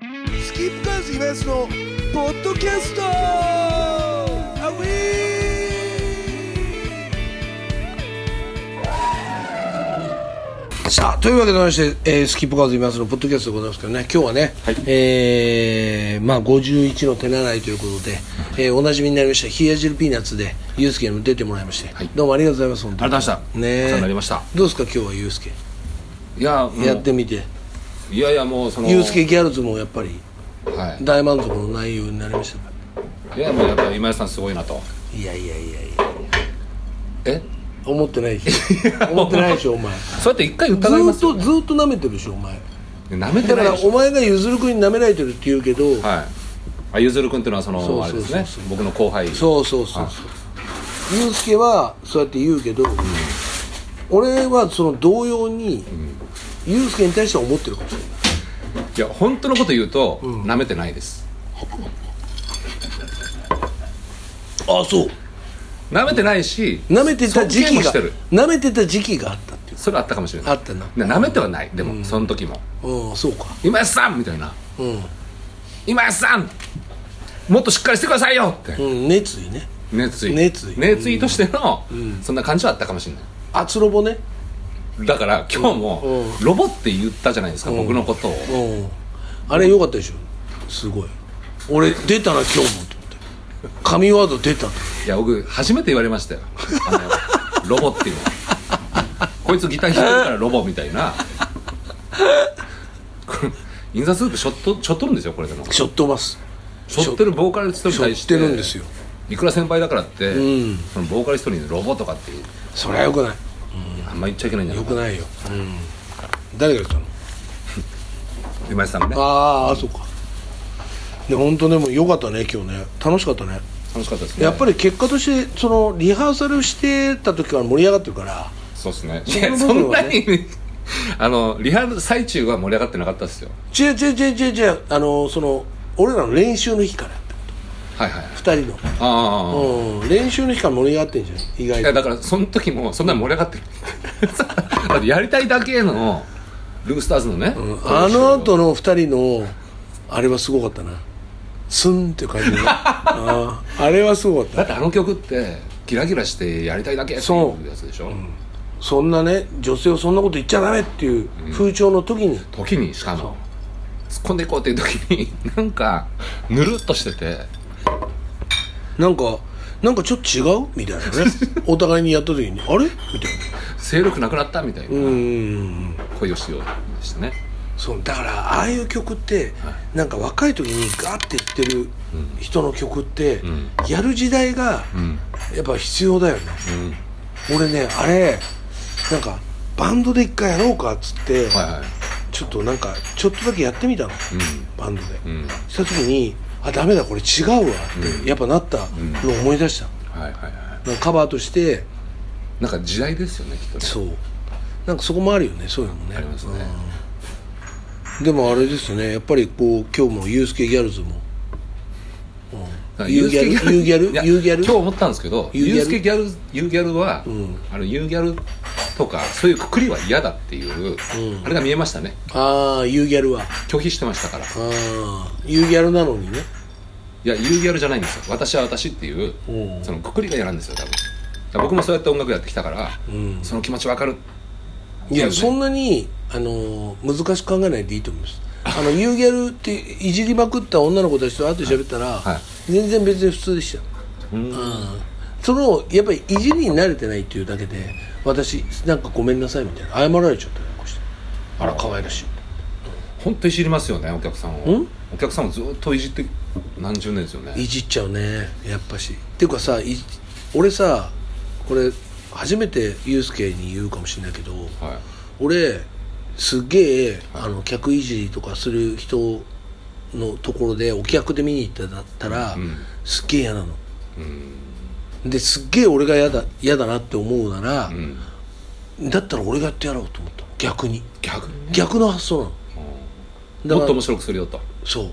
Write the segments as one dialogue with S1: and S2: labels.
S1: キープカーズイベントのポッドキャストアウさあというわけでございまして、えースキップカーズいますのポッドキャストでございますけどね今日はね、
S2: はい
S1: えーまあ、51の手習いということで、えーおなじみになりました冷や汁ピーナッツでユースケにも出てもらいまして、
S2: はい
S1: どうもありがとうございます本当に
S2: ありがとうございました
S1: ねえ
S2: お世話になりました
S1: どうですか今日はユースケ
S2: いやもう
S1: やってみて
S2: いやいやもうその
S1: ユースケギャルズもやっぱり
S2: はい
S1: 大満足の内容になりましたか
S2: いやもうやっぱ今井さんすごいなと
S1: いやいやいやいや
S2: え
S1: 思ってないでしょ思ってないでしょお前
S2: そうやって一回
S1: ず
S2: 疑いま
S1: ーっ
S2: すよ
S1: とずーっと舐めてるでしょお前
S2: なめて
S1: だか
S2: ない
S1: ら
S2: でし
S1: お
S2: ょ
S1: 前がゆずる君に舐められてるって言うけど、
S2: はいあゆずる君っていうのはその
S1: そう
S2: あれです
S1: そう
S2: ね
S1: そ
S2: 僕の後輩
S1: そうそうそうそうユースケはそうやって言うけど、俺はその同様に、ユースケに対しては思ってるかもしれない
S2: いや本当のこと言うとなめてないです
S1: あそう
S2: なめてないし
S1: 舐めてた時期
S2: 尊敬も
S1: が
S2: してる
S1: 舐めてた時期があったっていう
S2: それあったかもしれない
S1: あったな
S2: なめてはないでもその時も
S1: うんそうか
S2: 今井さんみたいな
S1: うん、
S2: 今井さんもっとしっかりしてくださいよって
S1: うん、熱意ね
S2: 熱意
S1: 熱意
S2: 熱意としてのそんな感じはあったかもしれない
S1: 圧ロボね
S2: だから今日も
S1: うん
S2: ロボって言ったじゃないですか僕のことを
S1: うんあれ良かったでしょすごい俺出たな今日もと思って神ワード出たと
S2: いや僕初めて言われましたよあのロボっていうのこいつギター弾いてるからロボみたいなこれ印刷するとしょっとしょっとるんですよこれでも
S1: しょっとます
S2: しょってるボーカリストに対し
S1: し
S2: て
S1: ょってるんですよ
S2: いくら先輩だからって、
S1: うん
S2: そのボーカリストにロボとかって
S1: それはよくない
S2: あんま言っちゃいけないんじゃ
S1: よ
S2: ない
S1: く
S2: か
S1: ないよ、うん、誰が言ったの
S2: 今井さんがね
S1: あーあそうかで本当でも良かったね今日ね楽しかったね
S2: 楽しかったですね
S1: やっぱり結果としてそのリハーサルしてた時から盛り上がってるから
S2: そうですねい
S1: その
S2: や
S1: 部
S2: そ
S1: 分
S2: ん
S1: は
S2: な
S1: ね
S2: にあのリハの最中は盛り上がってなかったですよ
S1: 違う違う違う違う違うあのその俺らの練習の日からやって
S2: はいはい
S1: 2人の
S2: ああ、
S1: うん、練習の日から盛り上がってんじゃん意外
S2: い
S1: と
S2: やだからその時もそんなに盛り上がってる だってやりたいだけのルースターズのね、
S1: あの後の二人のあれはすごかったなスンっていう感じのあーあれはすごかっ
S2: だ
S1: た
S2: ってあの曲ってギラギラしてやりたいだけって
S1: そ
S2: いううやつでしょ、
S1: そんなね女性をそんなこと言っちゃダメっていう風潮の時に、
S2: 時にしかも突っ込んでいこうっていう時になんかぬるっとしてて
S1: なんかなんかちょっと違うみたいなねお互いにやった時にあれみたいな
S2: 勢力なくなったみたい
S1: うんう
S2: なん
S1: うん
S2: 恋をしようでしたね、
S1: そうだからああいう曲って、なんか若い時にガーって言ってる人の曲って、
S2: ん
S1: やる時代が、
S2: うん
S1: やっぱ必要だよね、
S2: うん、
S1: 俺ねあれなんかバンドで一回やろうかっつって、
S2: はいはい
S1: ちょっとなんかちょっとだけやってみたの、バンドで、
S2: うんうん
S1: した時にあダメだこれ違うわって、やっぱなったのを思い出した、
S2: はいはいは
S1: なんかカバーとして
S2: いなんか時代ですよねきっとね
S1: そうなんかそこもあるよねそういうのもね
S2: ありますね
S1: うんでもあれですねやっぱりこう今日もユースケギャルズもユーギャルユーギャル
S2: いや
S1: ユーギャル
S2: 今日思ったんですけど
S1: ユー
S2: ユ
S1: ギャル
S2: ースケギャルユーギャルは、
S1: ん
S2: あのユーギャルとかそういうくくりは嫌だっていう、あれが見えましたね
S1: ああユーギャルは
S2: 拒否してましたからい
S1: ああユーギャルなのにね
S2: やユーギャルじゃないんですよ私は私っていう
S1: うん
S2: そのくくりが嫌なんですよ多分だから僕もそうやって音楽やってきたから、
S1: ん
S2: その気持ちわかる
S1: いや、
S2: ね
S1: そんなに、あのー難しく考えないでいいと思います。あの、ユーギャルっていじりまくった女の子たちと後で喋ったら、
S2: は
S1: 全然別に普通でした。うん。その、やっぱりいじりに慣れてないっていうだけで、私、なんかごめんなさいみたいな。謝られちゃったりなんかして。あら、可愛らしい。
S2: 本当いじりますよねお客さんを
S1: ん
S2: お客さんをずっといじって何十年ですよね
S1: いじっちゃうねやっぱしっていうかさい俺さこれ初めてユースケに言うかもしれないけど、俺すげえあの客いじりとかする人のところでお客で見に行ったんだったら、
S2: ん
S1: すっげえ嫌なの、ですっげえ俺が嫌だ嫌だなって思うなら、
S2: うん
S1: だったら俺がやってやろうと思ったの逆に
S2: 逆にね
S1: 逆の発想なのだから
S2: もっと面白くするよと
S1: そう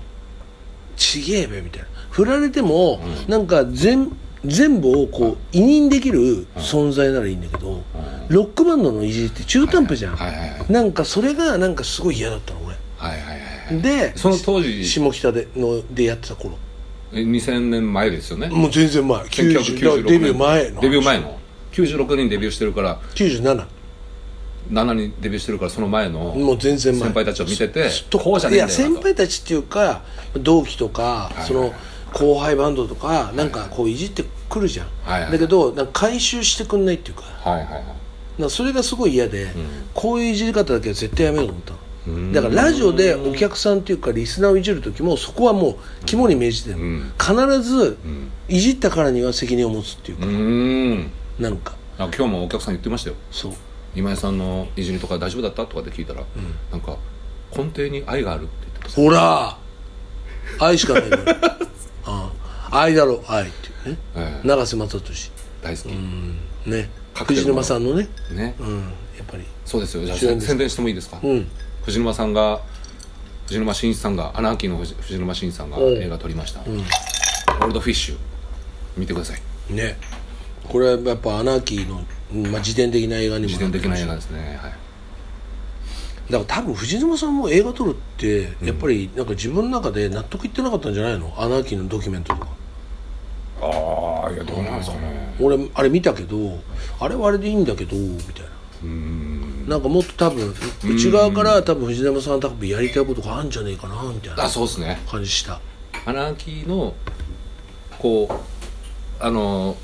S1: ちげえべみたいな振られても、なんか全全部をこう委任できる存在ならいいんだけど、ロックバンドのいじりって中途半端じゃん、
S2: はいはいはい
S1: なんかそれがなんかすごい嫌だったの俺
S2: はいはいはい
S1: で
S2: その当時
S1: 下北でのでやってた頃
S2: え2000年前ですよね
S1: もう全然前90
S2: 1996
S1: デビュー前の
S2: デビュー前の96年デビューしてるから
S1: 97
S2: 7人デビューしてるからその前の
S1: もう全然前
S2: 先輩たちを見てて
S1: す
S2: こうじゃ
S1: い
S2: ねえん
S1: や
S2: だよ
S1: 先
S2: なと
S1: 輩たちっていうか同期とか、
S2: いはい
S1: その後輩バンドとかなんかこういじってくるじゃん、
S2: はいはい
S1: だけどなんか回収してくんないっていうか
S2: はいはいはい
S1: なんかそれがすごい嫌で、こういういじり方だけは絶対やめようと思ったの
S2: うん
S1: だからラジオでお客さんっていうかリスナーをいじる時もそこはもう肝に銘じてる、
S2: ん
S1: 必ずいじったからには責任を持つっていう
S2: う
S1: か、
S2: ーん
S1: なんか
S2: なんか今日もお客さん言ってましたよ
S1: そう
S2: 今井さんのいじりとか大丈夫だったとかって聞いたら、なんか根底に愛があるって言ってまし
S1: ほら愛しかない から、ああ愛だろ愛っていうね
S2: た、ええ
S1: 永瀬正俊
S2: 大好
S1: う
S2: き、
S1: んね
S2: カクテ
S1: 藤
S2: ルの
S1: 沼さんのね
S2: ね
S1: うんやっぱり
S2: そうですよじゃあ
S1: 主演です
S2: 宣伝してもいいですか、
S1: うん
S2: 藤沼さんが藤沼真一さんがアナーキーの藤藤沼真一さんが
S1: うん
S2: 映画撮りました「オールドフィッシュ」見てください
S1: ねこれはやっぱアナーキーの、うんまあ、自伝的な映画にも
S2: 自
S1: なっ
S2: 伝
S1: てる
S2: 的
S1: し
S2: な映画ですねはい
S1: だから多分藤沼さんも映画撮るってやっぱりなんか自分の中で納得いってなかったんじゃないのアナーキーのドキュメントとか
S2: ああいやどうなんですかね
S1: 俺あれ見たけどあれはあれでいいんだけどみたいななんかもっと多分内側から多分藤沼さんは多分やりたいことがあるんじゃねえかなみたい
S2: あ
S1: な
S2: そうですね
S1: 感じした
S2: アナーキーのこうあの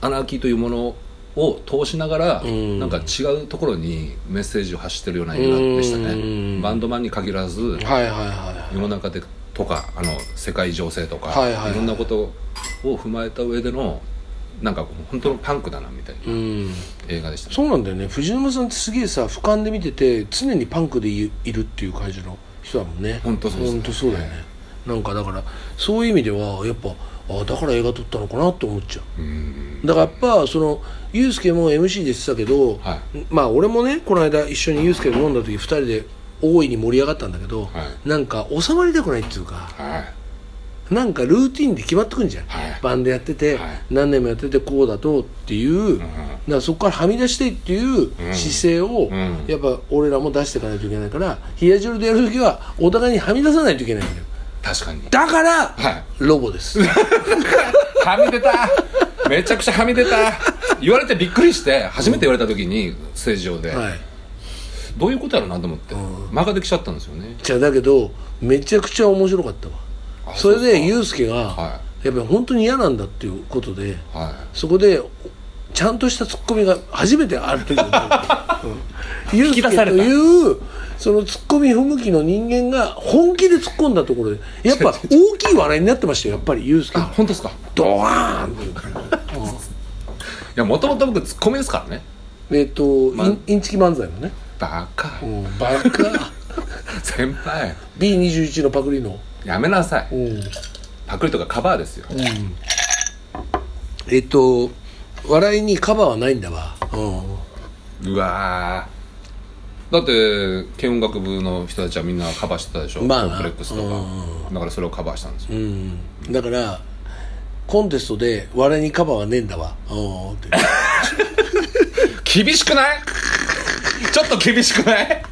S2: アナーキーというものを通しながら、
S1: ん
S2: なんか違うところにメッセージを発してるような映画でした
S1: う
S2: ね
S1: ん
S2: バンドマンに限らず、
S1: はいはいは
S2: 世の中でとかあの世界情勢とか、
S1: はいいはいはい
S2: ろんなことを踏まえた上でのなんか本当のパンクだなみたいない
S1: うん
S2: 映画でしたね、
S1: そうなんだよね藤沼さんってすげえさ俯瞰で見てて常にパンクでいいるっていう感じの人だもんね
S2: ほんとそうです
S1: ほんとそうだよね、なんかだからそういう意味ではやっぱあだから映画撮ったのかなって思っちゃう
S2: うん
S1: だからやっぱそのユースケも MC で言ってたけど、
S2: は
S1: まあ俺もねこの間一緒にユースケと飲んだ時2人で大いに盛り上がったんだけど、
S2: はい
S1: なんか収まりたくないっていうか
S2: はい
S1: なんかルーティンで決まってくんじゃん、
S2: はい
S1: バンドやってて、
S2: はい
S1: 何年もやっててこうだとっていう、だからそこからはみ出したいっていう姿勢を、
S2: ん
S1: やっぱ俺らも出していかないといけないから冷や汁でやるときはお互いにはみ出さないといけないんだよ
S2: 確かに
S1: だから、
S2: はい
S1: ロボです
S2: はみ出ためちゃくちゃはみ出た言われてびっくりして初めて言われた時にステージ上で、
S1: はい
S2: どういうことやろうなと思って間ができちゃったんですよね
S1: じゃあだけどめちゃくちゃ面白かったわ
S2: あ
S1: それ
S2: そうで
S1: で
S2: すか
S1: ユースケが、
S2: は
S1: やっぱり本当に嫌なんだっていうことで
S2: はい
S1: そこでちゃんとしたツッコミが初めてあるというか、うん、ユースケというそのツッコミ不向きの人間が本気で突っ込んだところでやっ ぱ大きい笑いになってましたよやっぱりユースケ
S2: あ
S1: が
S2: 本当ですかい
S1: ドワーンって
S2: やもともと僕ツッコミですからね
S1: えっと、
S2: ま
S1: インインチキ漫才のね、
S2: バカ
S1: うん、バカ
S2: 先輩
S1: B21 のパクリの、
S2: やめなさい
S1: うん、
S2: パクリとかカバーですよ
S1: えっと笑いにカバーはないんだわ、う
S2: うわーだって軽音楽部の人たちはみんなカバーしてたでしょ、
S1: まあな
S2: コンプレックスとか、だからそれをカバーしたんですよ、
S1: んうん、だからコンテストで笑いにカバーはねえんだわ、うん、って
S2: 厳しくないちょっと厳しくない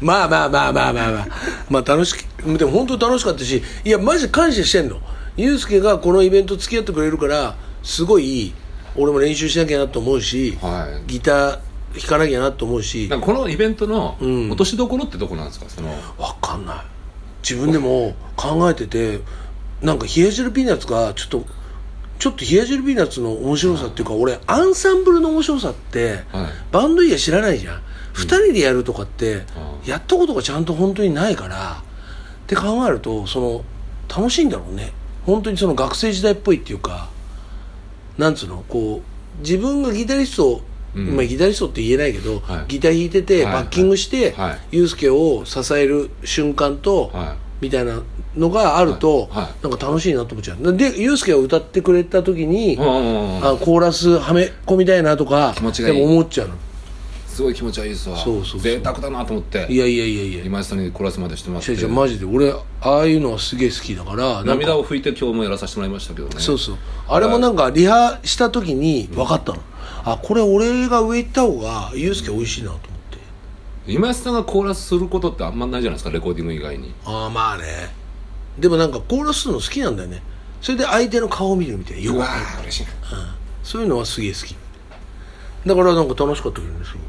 S1: まあまあまあまあまあまあ、まあ、楽しくでも本当楽しかったしいやマジ感謝してんのユうスケがこのイベント付き合ってくれるからすごい俺も練習しなきゃなと思うし、
S2: はい
S1: ギター弾かなきゃなと思うし
S2: なんかこのイベントの落としどころってとこなんですかその
S1: わかんない自分でも考えててなんか冷や汁ピーナッツがちょっとちょっと冷や汁ピーナッツの面白さっていうか俺アンサンブルの面白さって、
S2: はい
S1: バンド以外知らないじゃん2人でやるとかって、やったことがちゃんと本当にないからって考えるとその楽しいんだろうね本当にその学生時代っぽいっていうかなんつうのこう自分がギタリスト、
S2: うん
S1: まあギタリストって言えないけど、
S2: はい
S1: ギター弾いてて
S2: はい
S1: バッキングして、
S2: はいはい
S1: ユースケを支える瞬間と、
S2: は
S1: みたいなのがあると、
S2: はいは
S1: なんか楽しいなと思っちゃうでユースケが歌ってくれた時に、
S2: いうんうんうん
S1: あコーラスはめ込みたいなとか
S2: 持ちがいい
S1: でも思っちゃうの
S2: すごい気持ちはいいですわ
S1: そうそうそう
S2: 贅沢だなと思って
S1: いやいやいやいや
S2: 今井さんにコラスまでしてもらっ
S1: 違う
S2: て
S1: 違うマジで俺ああいうのはすげえ好きだからなんか
S2: 涙を拭いて今日もやらさせてもらいましたけどね
S1: そうそうあれもなんかリハした時に分かったの、あこれ俺が上行った方がユースケ美味しいなと思って、
S2: へ今井さんがコーラスすることってあんまないじゃないですかレコーディング以外に
S1: ああまあねでもなんかコーラスするの好きなんだよねそれで相手の顔を見るみたいなよくわかる
S2: ー嬉しいな
S1: そういうのはすげえ好きだからなんか楽しかったけどねすごい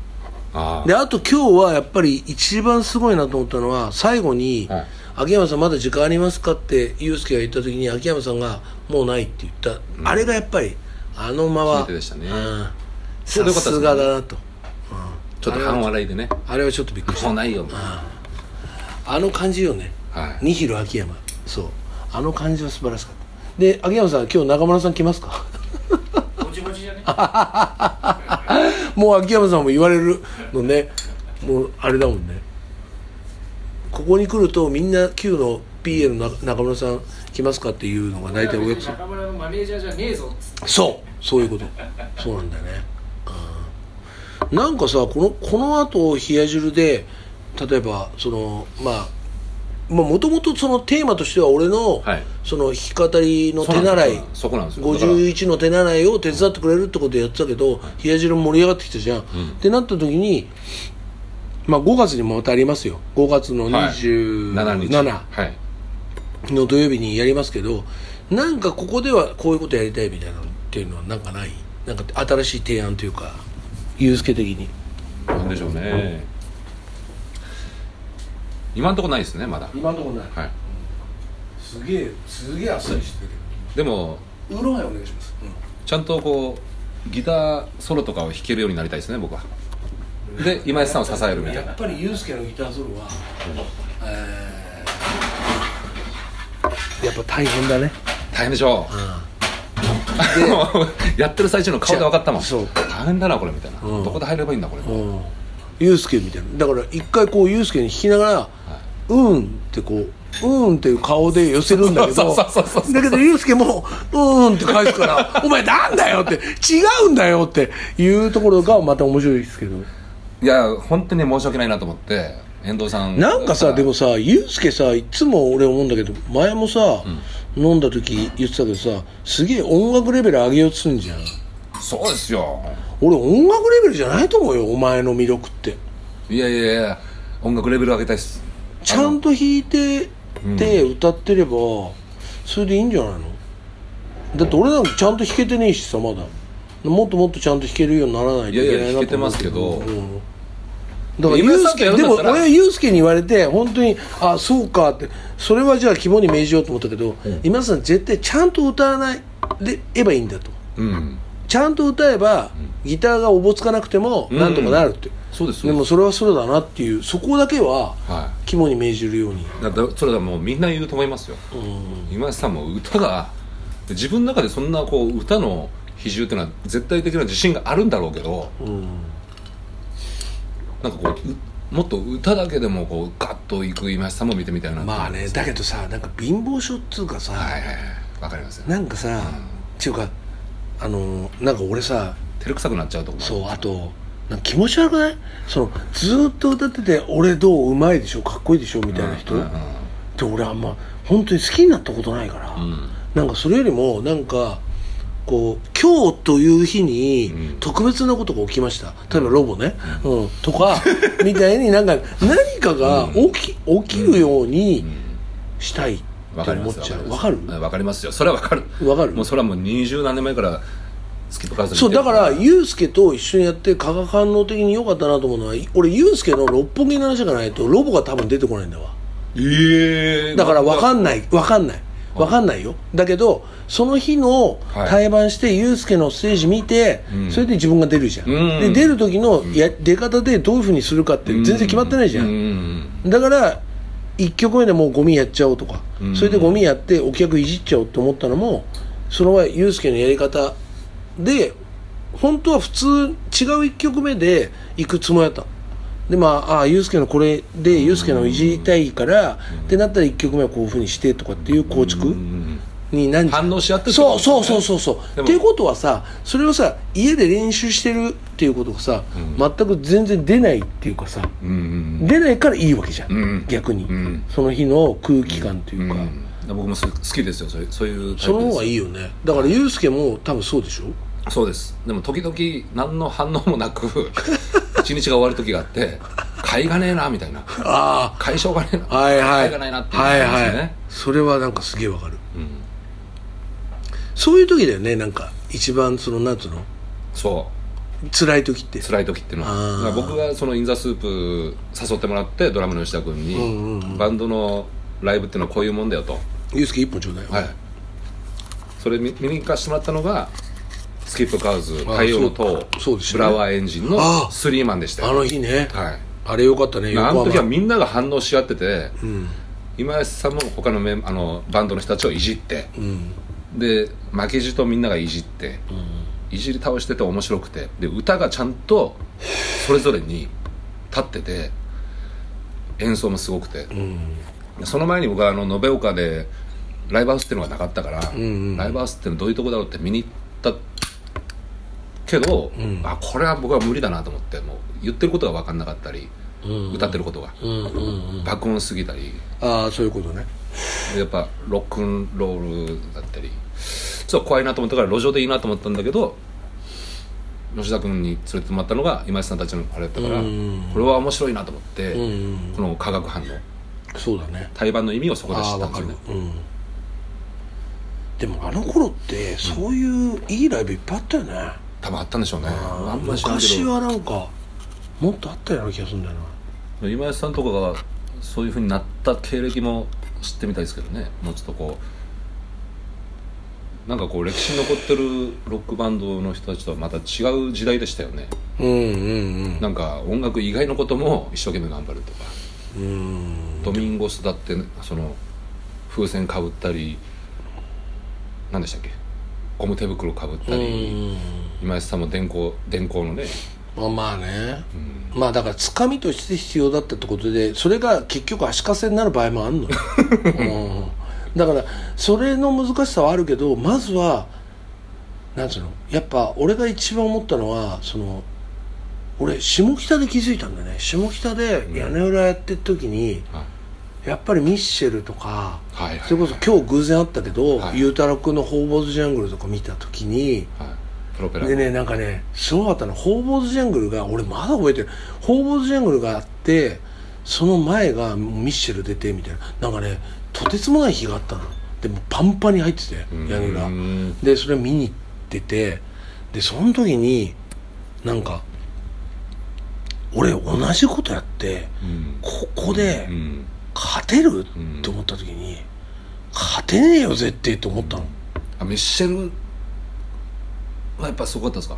S2: あ
S1: であと今日はやっぱり一番すごいなと思ったのは最後に、
S2: はい
S1: 秋山さんまだ時間ありますか?」ってユースケが言った時に秋山さんが「もうない」って言った、あれがやっぱりあの間は
S2: 決め手でした
S1: う
S2: ね
S1: ん
S2: れで
S1: さ
S2: よかったですね
S1: すがだなと
S2: あちょっと半笑いでね
S1: あれはちょっとびっくりし
S2: も
S1: た
S2: うないよみたい
S1: あの感じよね
S2: なはい
S1: ニヒル秋山そうあの感じは素晴らしかったで秋山さん今日中村さん来ますか
S3: ぼちぼちじゃね
S1: もう秋山さんも言われるのねもうあれだもんねここに来るとみんな Q の PA の中中村さん来ますかっていうのが大体お約束
S3: 中村のマネージャーじゃねえぞっつって
S1: そうそういうことそうなんだよね、うん、なんかさこのこの後冷や汁で例えばそのまあもともとそのテーマとしては俺の、
S2: はい
S1: その弾き語りの手習い
S2: そこなんですよだから
S1: 51の手習いを手伝ってくれるってことでやってたけど冷や汁も盛り上がってきたじゃん、ってなった時に、まあ、5月にもまたありますよ5月の
S2: はい
S1: 27
S2: 7日
S1: 日、
S2: はい
S1: の土曜日にやりますけどなんかここではこういうことやりたいみたいなのっていうのはなんかないなんか新しい提案というかユースケ的に
S2: なんでしょうね今んとこないですねまだ
S1: 今のところない
S2: はい
S1: すげえすげえあっさりしてる
S2: でも
S1: けどウーロンハイお願いします、
S2: ちゃんとこうギターソロとかを弾けるようになりたいですね僕はで今井さんを支えるみたい
S1: や
S2: な
S1: っぱりユースケのギターソロは、えーやっぱ大変だね
S2: 大変でしょうやってる最中の顔で 分かったもん
S1: そう
S2: 大変だなこれみたいな、
S1: うん
S2: どこで入ればいいんだこれ、
S1: うんユースケみたいなだから一回こうユースケに弾きながら「うん」ってこう「うん」っていう顔で寄せるんだけど
S2: そうそうそうそうそう
S1: だけどユースケも「うん」って返す から「お前なんだよ」って「違うんだよ」っていうところがまた面白いですけど
S2: いや本当に申し訳ないなと思って遠藤さん
S1: なんかさ
S2: はい
S1: でもさユースケさいつも俺思うんだけど前もさ、飲んだ時言ってたけどさすげえ音楽レベル上げようとすんじゃん
S2: そうですよ
S1: 俺音楽レベルじゃないと思うよお前の魅力って
S2: いやいやいや音楽レベル上げたいっす
S1: ちゃんと弾いてて歌ってればそれでいいんじゃないのだって俺なんかちゃんと弾けてねえしさまだもっともっとちゃんと弾けるようにならないといけないなと思う
S2: いやいや弾けてますけど
S1: うんだから
S2: 今
S1: ユ
S2: 井
S1: ー
S2: さ
S1: ス
S2: んと
S1: ケ
S2: やるん
S1: で
S2: だ
S1: も
S2: ったら
S1: 俺はユースケに言われて本当にあそうかってそれはじゃあ肝に銘じようと思ったけど、今田さん絶対ちゃんと歌わないでえばいいんだと
S2: うん
S1: ちゃんと歌えば、ギターがおぼつかなくても
S2: うん
S1: なんとかなるって、
S2: そうです
S1: でもそれはそうだなっていうそこだけは
S2: は
S1: 肝に銘じるように
S2: いだからそれはもうみんな言うと思いますよ
S1: うん
S2: 今井さんも歌が自分の中でそんなこう歌の比重っていうのは絶対的な自信があるんだろうけど
S1: うん
S2: なんかこううもっと歌だけでもこうガッといく今井さんも見てみたいな
S1: まあねだけどさなんか貧乏症っつうかさ、
S2: はいはいはいわかりますよ
S1: なんかさっていうかあのなんか俺さ
S2: 照れくさくなっちゃうと思
S1: そうあとなんか気持ち悪くないそのずーっと歌ってて「俺どううまいでしょかっこいいでしょ」みたいな人、
S2: うんうんうん
S1: で俺あんま本当に好きになったことないから、
S2: ん
S1: なんかそれよりもなんかこう今日という日
S2: う
S1: に
S2: ん
S1: 特別なことが起きました、例えばロボね、うんと かみたいになんか何かが起き起きるようにしたいって
S2: わかり
S1: 思
S2: ま
S1: っ
S2: す
S1: ちゃうわ
S2: わ
S1: か
S2: か
S1: る
S2: りますうんわかりますよそれはわかる
S1: わかる
S2: もうそれはもう二十何年前からスキップカーズ
S1: そうだから
S2: う
S1: ユースケと一緒にやって化学反応的に良かったなと思うのは俺ユースケの六本木の話がないとロボが多分出てこないんだわ
S2: ええ
S1: だから分
S2: わ
S1: かんない分かんない分かんないよだけどその日の
S2: はい
S1: 対バンしてユースケのステージ見て、
S2: うん
S1: それで自分が出るじゃん、
S2: うん
S1: で出る時のや出方でどういうふうにするかって全然決まってないじゃん、
S2: うんうん
S1: だから1曲目でもうゴミやっちゃおうとか、
S2: うん
S1: それでゴミやってお客いじっちゃおうと思ったのもその前ユースケのやり方で本当は普通違う1曲目で行くつもりだったのでまあああユースケのこれでユースケのいじりたいから、ってなったら1曲目はこういうふうにしてとかっていう構築
S2: うん
S1: に何時
S2: 反応し合ってるってこと
S1: そう
S2: ですね
S1: そうそうそうそう
S2: でも
S1: っていうことはさそれをさ家で練習してるっていうことがさ、全く全然出ないっていうかさ、
S2: うんうん
S1: 出ないからいいわけじゃん、
S2: うん
S1: 逆に、
S2: ん
S1: その日の空気感という
S2: う
S1: か、
S2: ん僕もす好きですよそういうそういうタイ
S1: そ
S2: プ
S1: の
S2: です
S1: 方がいいよねだからユースケも多分そうでしょ
S2: そうですでも時々何の反応もなく一日が終わる時があって買いがねえなみたいな
S1: あ
S2: 解消がねえな
S1: あはいは
S2: 買
S1: い
S2: いがないなっていう
S1: はい
S2: 感じですね、
S1: はいそれはなんかすげえわかる
S2: うん、
S1: そういう時だよねなんか一番そのなんつうの
S2: そう
S1: 辛い時って
S2: 辛い時っていうの
S1: あー
S2: はだから僕がそのインザスープ誘ってもらってドラムの吉田君に、
S1: うんうんうん
S2: バンドのライブっていうのはこういうもんだよと、
S1: ユースケ一本ちょうだいよ
S2: はい、それ見見に行かせてもらったのがスキップカウズ
S1: あ
S2: 太陽の塔
S1: そうそうでした
S2: ブ
S1: ね
S2: ラワーエンジンの
S1: あー
S2: スリーマンでした
S1: あ
S2: よ
S1: の日ね
S2: はい
S1: あれよかったね
S2: あの
S1: 横
S2: 時は
S1: 浜
S2: みんなが反応し合ってて
S1: うん
S2: 今安さんも他のメンあのバンドの人たちをいじって
S1: うん
S2: で負けじとみんながいじっていじり倒してて面白くてで歌がちゃんとそれぞれに立ってて演奏もすごくて
S1: うん
S2: その前に僕はあの延岡でライブハウスっていうのがなかったから、
S1: んうん
S2: ライブハウスってのどういうとこだろうって見に行ったけど、
S1: ん
S2: あこれは僕は無理だなと思ってもう言ってることが分かんなかったり、
S1: うん
S2: 歌ってることが
S1: うんうんうん
S2: 爆音すぎたり
S1: ああそういうことね
S2: やっぱロックンロールだったりちょっと怖いなと思ったから路上でいいなと思ったんだけど吉田君に連れてもらったのが今井さんたちのあれだったから
S1: うん
S2: これは面白いなと思って、
S1: うんうん
S2: この化学反応
S1: そうだね
S2: 対バンの意味をそこで知
S1: ああ
S2: った
S1: わ
S2: んで
S1: か
S2: すよ
S1: るう
S2: ね
S1: んでもあの頃ってそういういいライブいっぱいあったよね
S2: 多分あったんでしょうねあんまり知らんけど
S1: 昔はなんかもっとあったような気がするんだよな
S2: 今井さんとかがそういうふうになった経歴も知ってみたいですけどねもうちょっとこうなんかこう歴史に残ってるロックバンドの人たちとはまた違う時代でしたよね
S1: うんうん
S2: なんか音楽以外のことも一生懸命頑張るとか
S1: うんうん
S2: ドミンゴスだってその風船かぶったり何でしたっけゴム手袋かぶったり今井さんも電光電光のね
S1: まあまあね、まあだからつかみとして必要だったってことでそれが結局足かせになる場合もあるの よ、うん、だからそれの難しさはあるけどまずはなんつうのやっぱ俺が一番思ったのはその俺下北で気づいたんだよね下北で屋根裏やってる時に、
S2: はい
S1: やっぱりミッシェルとか
S2: はいはい
S1: それこそ今日偶然会ったけど
S2: はい
S1: ゆうたろうくんの「ホーボーズジャングル」とか見た時に
S2: はいプロペラ
S1: でねなんかねすごかったのホーボーズジャングルが俺まだ覚えてるホーボーズジャングルがあってその前がミッシェル出てみたいななんかねとてつもない日があったのでもうパンパンに入ってて屋根が
S2: うん
S1: でそれ見に行っててでその時になんか俺同じことやって
S2: うん
S1: ここで
S2: うん
S1: 勝てる
S2: うん
S1: って思った時に勝てねえよ絶対って思ったの
S2: あミッシェルはやっぱすごかったですか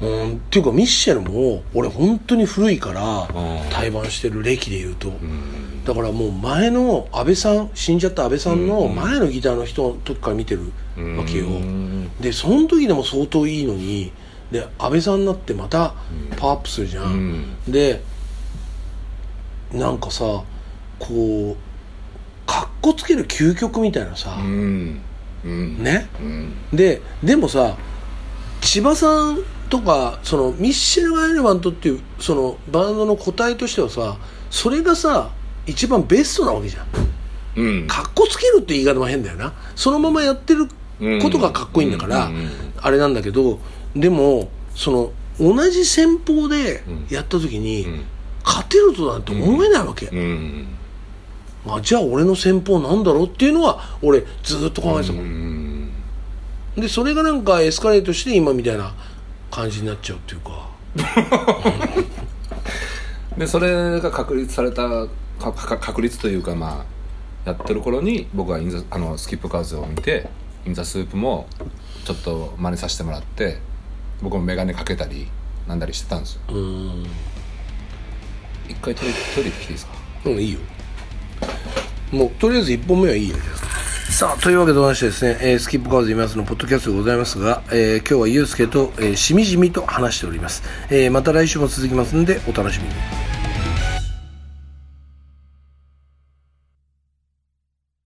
S1: うんっていうかミッシェルも俺本当に古いから
S2: ん
S1: 対バンしてる歴で言うと
S2: うん
S1: だからもう前の安倍さん死んじゃった安倍さん
S2: う
S1: の
S2: んうん
S1: 前のギターの人の時から見てるわけよ
S2: うん
S1: でその時でも相当いいのにで安倍さんになってまたパワーアップするじゃ
S2: うんん
S1: でなんかさこうかっこつける究極みたいなさ
S2: うんうん
S1: ね
S2: うん
S1: ででもさ千葉さんとかそのミッシェル・ガイレバントっていうそのバンドの個体としてはさそれがさ一番ベストなわけじゃん
S2: うん
S1: かっこつけるって言い方も変だよなそのままやってることがかっこいいんだから、
S2: うんうんうん
S1: あれなんだけどでもその同じ戦法でやった時に、
S2: ん
S1: 勝てるとなんて思えないわけ、
S2: うん
S1: あじゃあ俺の戦法なんだろうっていうのは俺ずっと考えてたもん
S2: うん
S1: でそれがなんかエスカレートして今みたいな感じになっちゃうっていうか
S2: でそれが確立されたかか確立というかまあやってる頃に僕はインザあのスキップカーズを見てインザスープもちょっと真似させてもらって僕も眼鏡かけたりなんだりしてたんですよ
S1: うーん
S2: 一回トイレトイレ行ってきていいですか
S1: うんいいよもうとりあえず1本目はいいよさあというわけでございましてですね、えースキップカーズ今すのポッドキャストでございますが、えー今日はゆうすけと、えーしみじみと話しております、えーまた来週も続きますんでお楽しみに